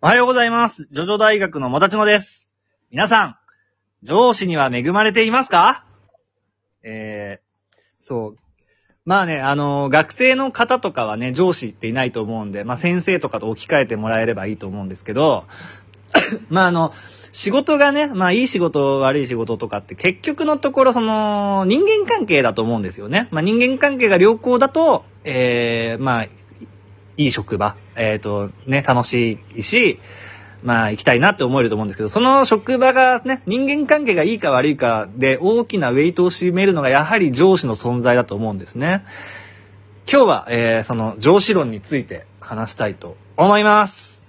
おはようございます。ジョジョ大学のもたちのです。皆さん、上司には恵まれていますかえー、そう。まあね、あのー学生の方とかはね、上司っていないと思うんで、まあ先生とかと置き換えてもらえればいいと思うんですけど、 まああの、仕事がね、まあいい仕事、悪い仕事とかって結局のところその人間関係だと思うんですよね。まあ人間関係が良好だと、えー、まあいい職場、えっ、と、ね、楽しいし、まあ、行きたいなって思えると思うんですけど、その職場がね、人間関係がいいか悪いかで大きなウェイトを占めるのがやはり上司の存在だと思うんですね。今日は、えー、その上司論について話したいと思います。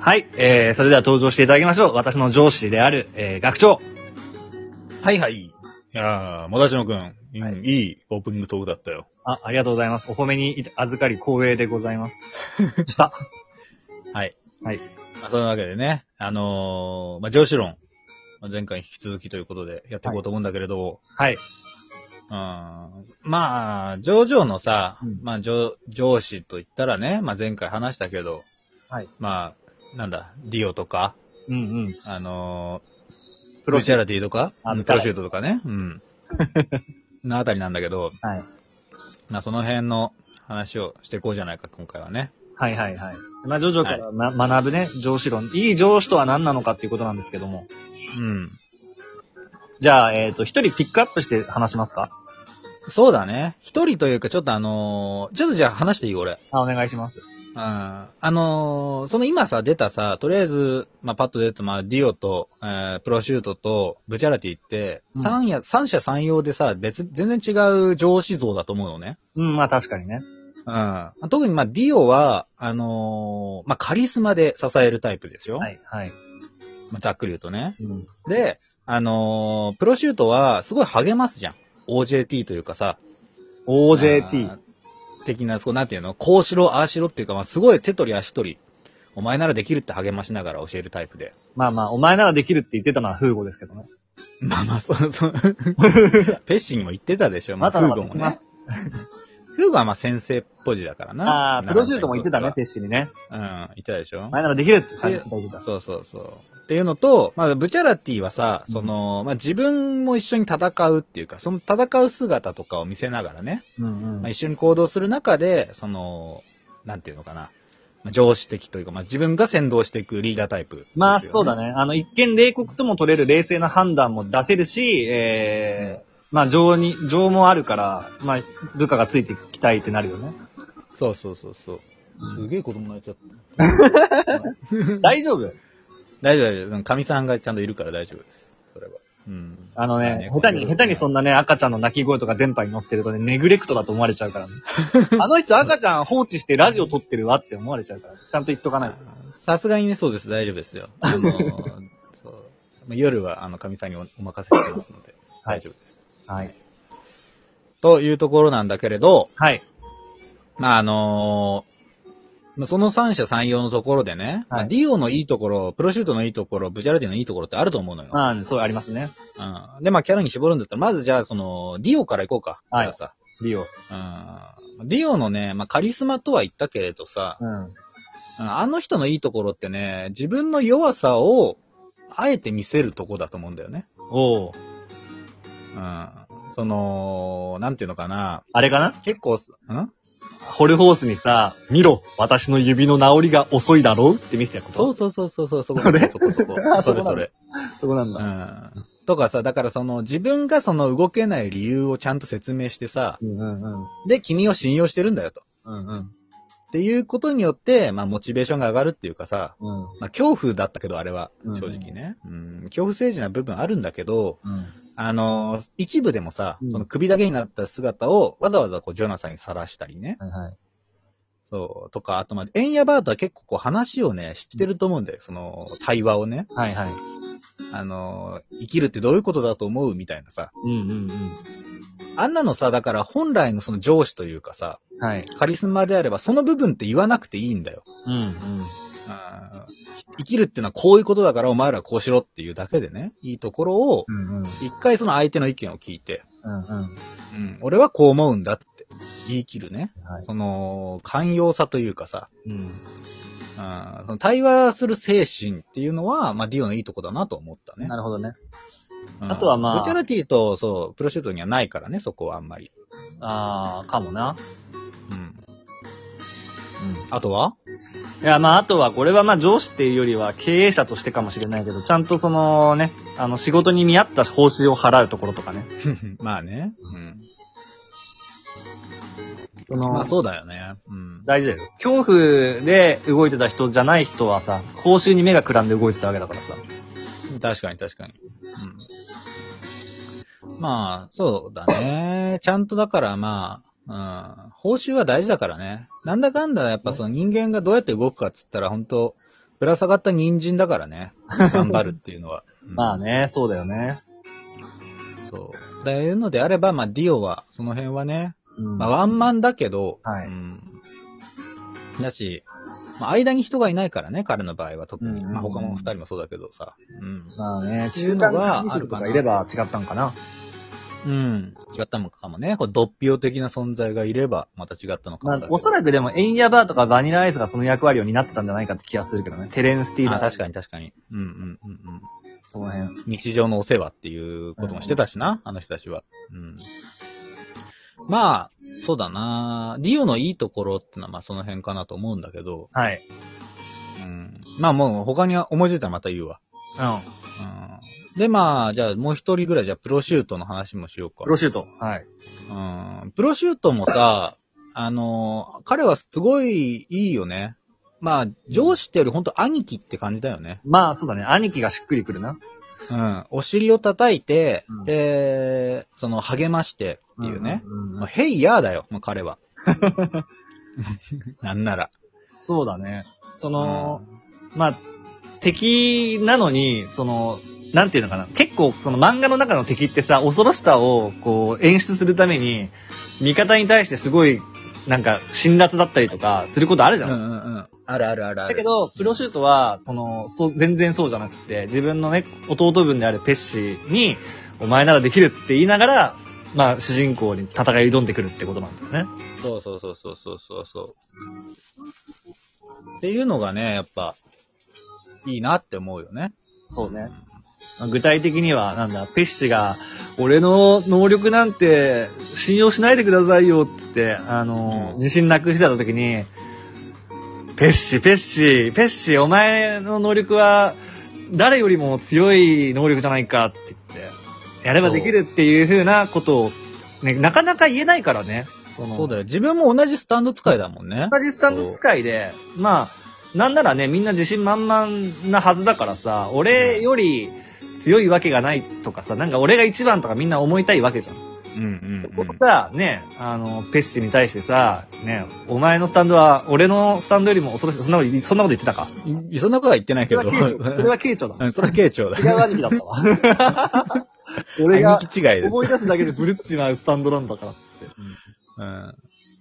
はい、えー、それでは登場していただきましょう。私の上司である、えー、学長。はいはい。いやー、もだちのくん、うんはいい、いオープニングトークだったよ。あ、ありがとうございます。お褒めに預かり光栄でございます。した。はい。はい。まあ、そのわけでね、あのー、まあ、上司論、まあ、前回に引き続きということでやっていこうと思うんだけれど、はい。うん、まあ、上々のさ、うんまあ上、上司と言ったらね、まあ前回話したけど、はい。まあ、なんだ、ディオとか、うんうん。あのー、ププロロシチェャル。ラティとか、あうんプロシュートとかね、 うん。 のあたりなんだけど、はい。まあその辺の話をしていこうじゃないか、今回はね。はいはいはい。まあ、ジョジョからな、学ぶね、上司論。いい上司とは何なのかっていうことなんですけども。うん。じゃあ、えっ、と、一人ピックアップして話しますかそうだね。一人というか、ちょっとあのーちょっとじゃあ話していい俺。あ、お願いします。うん。あのーその今さ、出たさ、とりあえず、まあ、パッと出た、まあ、ディオと、えープロシュートと、ブチャラティって、うん三や、三者三様でさ、別、全然違う上司像だと思うのね。うん、まあ確かにね。うん。特にまあ、ディオは、あのーまあ、カリスマで支えるタイプですよ。はい、はい。まあ、ざっくり言うとね。うん。で、あのープロシュートは、すごい励ますじゃん。OJT というかさ、 OJT。あー。的な、そう、なんていうのこうしろ、ああしろっていうか、まあ、すごい手取り足取り。お前ならできるって励ましながら教えるタイプで。まあまあ、お前ならできるって言ってたのはフーゴですけどね。まあまあ、そ う、そう。ペッシンも言ってたでしょ。まあ、まフだーまだゴもね。フーゴはまあ先生っぽい字だからな。ああ、プロシュートも言ってたね、。テッシにね。うん、言ってたでしょお。前ならできるって言ってた。そうそうそう。っていうのと、まあ、ブチャラティはさ、その、まあ、自分も一緒に戦うっていうか、その戦う姿とかを見せながらね。うんまうあ、ん。一緒に行動する中で、その、なんていうのかな。まあ、上司的というか、まあ、自分が先導していくリーダータイプ、まあそうだね。ね。あの、一見冷酷とも取れる冷静な判断も出せるし、ええまあ情に、情もあるから、まあ部下がついてきたいってなるよね。そうそうそうそう。すげえ子供泣いちゃった。 大丈夫大丈夫大丈夫。かみさんがちゃんといるから大丈夫です。それは。うん。あのまね、下手に、下手にそんな。なね、赤ちゃんの泣き声とか電波に乗せてるとね、ネグレクトだと思われちゃう からね。あの人赤ちゃん放置してラジオ撮ってるわって思われちゃうから、ちゃんと言っとかないと。さすがにね、そうです。大丈夫ですよ。あ の、そう。まあ、夜は、あの、かみさんにおお任せしてますので、はい大丈夫です。はい。というところなんだけれど、はい。まあ、あのーまあ、その三者三様のところでね、まはあいディオのいいところ、プロシュートのいいところ、ブチャラティのいいところってあると思うのよ。まあ、そうありますね。うん、で、まあ、キャラに絞るんだったら、まずじゃあ、その、ディオからいこうか。はいじゃリオ。あさ、うん。ディオのね、まあ、カリスマとは言ったけれどさ、うん。うんあの人のいいところってね、自分の弱さを、あえて見せるとこだと思うんだよね。おううん。その、なんていうのかな。あれかな結構、んホルホースにさ、見ろ私の指の治りが遅いだろうって見せたことそうう。そうそうそうそう、そこそれそこそこ あ。そこなそれんだそれ。そこなんだ。うんとかさ、だからその自分がその動けない理由をちゃんと説明してさ、うんうんうん。で、君を信用してるんだよと。うんうん。っていうことによって、まあモチベーションが上がるっていうかさ、うん。まあ恐怖だったけどあれは、うん正直ね。うん、恐怖政治な部分あるんだけど、うん。あのー一部でもさうん、その首だけになった姿をわざわざこうジョナサンに晒したりね。はいはい。そう、とか、あとまあ、エンヤバートは結構こう話をね、してると思うんだよ。その、対話をね。はいはい。あの、生きるってどういうことだと思うみたいなさ。うんうんあんなのさ、だから本来のその上司というかさ、うん。はい。カリスマであればその部分って言わなくていいんだよ。うんうん。うん生きるってのはこういうことだからお前らこうしろっていうだけでね、いいところを、うんうん。一回その相手の意見を聞いて、うんうん。うん、俺はこう思うんだって言い切るね。はい。その、寛容さというかさ、うん。うん、その対話する精神っていうのは、まあ、ディオのいいとこだなと思ったね。なるほどね。うんあとはまあブチャラティと、そう、プロシュートにはないからね、そこはあんまり。あー、かもな。うん。うん。あとはい や、まあ、あとは、これはまあ、上司っていうよりは、経営者としてかもしれないけど、ちゃんとそのね、あの、仕事に見合った報酬を払うところとかね。まあね。うん。そまのあ、そうだよね。うん。大事だよ。恐怖で動いてた人じゃない人はさ、報酬に目がくらんで動いてたわけだからさ。確かに確かに。うん、まあ、そうだね。ちゃんとだからまあ、うん、報酬は大事だからね。なんだかんだやっぱその人間がどうやって動くかっつったら本当ぶら下がった人参だからね。頑張るっていうのは。うんまあ。ね、そうだよね。そう。だいうのであれば、まあディオは、その辺はね、うん。まあワンマンだけど、はいうん、だし、まあ間に人がいないからね、彼の場合は特に。うんまあ他も二人もそうだけどさ。うん。まあね、ってい中うの間が管理職とかいれば違ったんかな。うん。違ったのかもね。こう、ドッピオ的な存在がいれば、また違ったのかもまだけあど。、おそらくでも、エンヤバーとかバニラアイスがその役割を担ってたんじゃないかって気がするけどね。テレンスティーあナー、確かに確かに。うんうんうんうん。その辺。日常のお世話っていうこともしてたしな、あの人たちは。うん。まあ、そうだなディオのいいところってのは、まあその辺かなと思うんだけど、はい。うん。まあもう他に思いついたらまた言うわ。うん。うん。で、まあ、じゃあもう一人ぐらい、じゃあプロシュートの話もしようか。プロシュート。はい。うんプロシュートもさ、あの、彼はすごいいいよね。まあ、上司ってより本当兄貴って感じだよね。まあ、そうだね。兄貴がしっくりくるな。うん。お尻を叩いて、うんで、その励ましてっていうね。んうんうんまあ、ヘイヤーだよ、もう 彼は。なんなら。そうだね。その、まあ、敵なのに、その、なんていうのかな。結構、その漫画の中の敵ってさ、恐ろしさを、こう、演出するために、味方に対してすごい、なんか、辛辣だったりとか、することあるじうゃんん。うんうん。あるあるあるあだる。けど、プロシュートは、その、そう、全然そうじゃなくて、自分のね、弟分であるペッシーに、お前ならできるって言いながら、まあ、主人公に戦い挑んでくるってことなんだよね。そうそうそうそうそうそうそう。っていうのがね、やっぱ、いいなって思うよね。そうね。まあ具体的には、なんだ、ペッシが、俺の能力なんて信用しないでくださいよって言って、あの、うん自信なくしてた時に、ペッシ、ペッシ、ペッシ、お前の能力は誰よりも強い能力じゃないかって言って、やればできるっていう風なことを、ね、なかなか言えないからね。そのそうだよ。自分も同じスタンド使いだもんね。同じスタンド使いで、まあ、なんならね、みんな自信満々なはずだからさ、俺より強いわけがないとかさ、なんか俺が一番とかみんな思いたいわけじゃん。うんうんうこんこさ、ね、あの、ペッシに対してさ、ね、お前のスタンドは俺のスタンドよりも恐ろしい。そんなこと言そんなこと言ってたか。いそんなことは言ってないそけれはど。慶長。それは慶長だ。うんそれは慶長だ。違う兄貴だったわ。 俺が兄貴違いです。思い出すだけでブルッチなスタンドなんだからっつって。うん。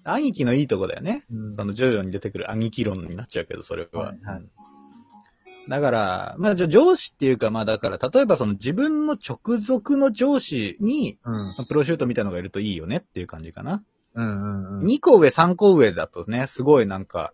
兄貴のいいとこだよね。うんその徐々に出てくる兄貴論になっちゃうけど、それは。はいはいだから、まあ、じゃあ上司っていうか、まあだから、例えばその自分の直属の上司に、うん。まあプロシュートみたいのがいるといいよねっていう感じかな。うんうんうん。 2個上、3個上だとね、すごいなんか、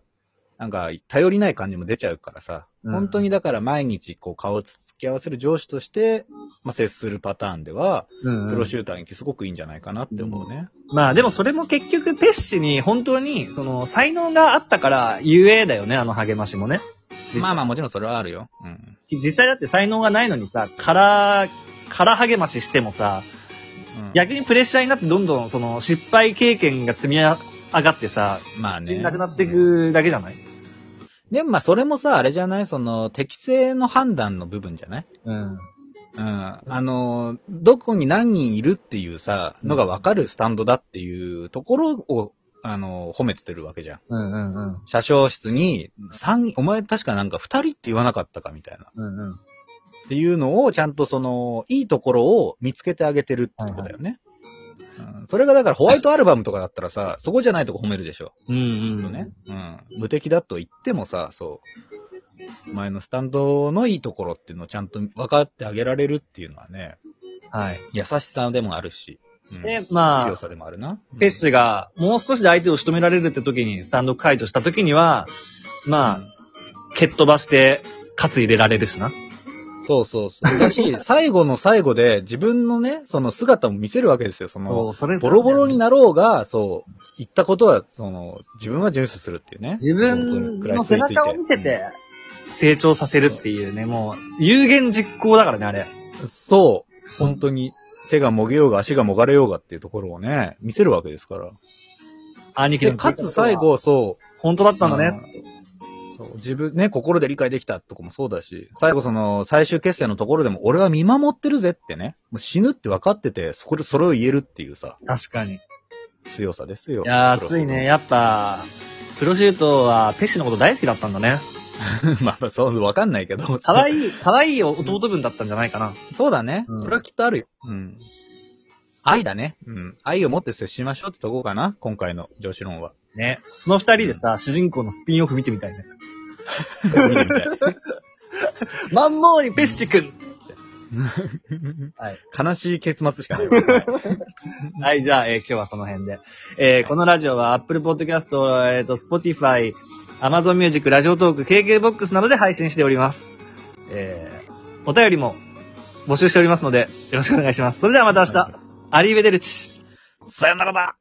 なんか、頼りない感じも出ちゃうからさ、うん本当にだから毎日こう顔をつき合わせる上司として、まあ、接するパターンでは、うんうんプロシューターにすごくいいんじゃないかなって思うね。まあでもそれも結局ペッシに本当にその才能があったからゆえだよね、あの励ましもね。実際まあまあもちろんそれはあるよ。うん。実際だって才能がないのにさ、から、から励まししてもさ、うん、逆にプレッシャーになってどんどんその失敗経験が積み上がってさ、まあ自ね。信なくなっていくだけじゃないうん。でもまあそれもさ、あれじゃないその、適正の判断の部分じゃないうん。うん。あの、どこに何人いるっていうさ、のがわかるスタンドだっていうところを、あの、褒めてるわけじゃん。うんうんうん。車掌室に、三、お前確かなんか二人って言わなかったかみたいな。うんうん。っていうのを、ちゃんとその、いいところを見つけてあげてるってことだよね。うんそれがだからホワイトアルバムとかだったらさ、そこじゃないとこ褒めるでしょ。うんきっとね。うん。無敵だと言ってもさ、そう。お前のスタンドのいいところっていうのをちゃんと分かってあげられるっていうのはね、はい。優しさでもあるし、うんで、ま強あ、さでもあるな。ペッシがもう少しで相手を仕留められるって時に、スタンド解除した時には、まあ、蹴っ飛ばして、勝つ入れられるしな。そうそうそう。だし、最後の最後で自分のね、その姿も見せるわけですよ。その、う、そ れボロボロになろうが、そう、言ったことは、その、自分は遵守するっていうね。自分の背中を見せて、成長させるっていうね、もう、有言実行だからね、あれ。うん。そう、本当に、手がもげようが足がもがれようがっていうところをね、見せるわけですから。兄貴で、の。かつ最、後、そう、本当だったんだね。うん。そう、自分ね、心で理解できたとかもそうだし、最後その、最終決戦のところでも、俺は見守ってるぜってね、もう死ぬって分かってて、そこで、それを言えるっていうさ、確かに。い強さですよ。やー、ついね、。やっぱ、プロシュートは、ペッシのこと大好きだったんだね。 まあ、そう、分かんないけど。可愛い、可愛い弟分だったんじゃないかな。そうだね。うんそれはきっとあるよ。うん。愛だね。うん。愛を持って接しましょうってとこかな。今回の上司論 は。ね。その二人でさ、主人公のスピンオフ見てみたいね。見てみたい万能にペッシ君はい悲しい結末し かない。はい、じゃあ、えー今日はこの辺で。えーこのラジオは Apple Podcast、えっ、と、Spotify、Amazon Music、ラジオトーク、KKBOX などで配信しております。えーお便りも募集しておりますので、よろしくお願いします。それではまた明日、アリーベデルチ。さよならだ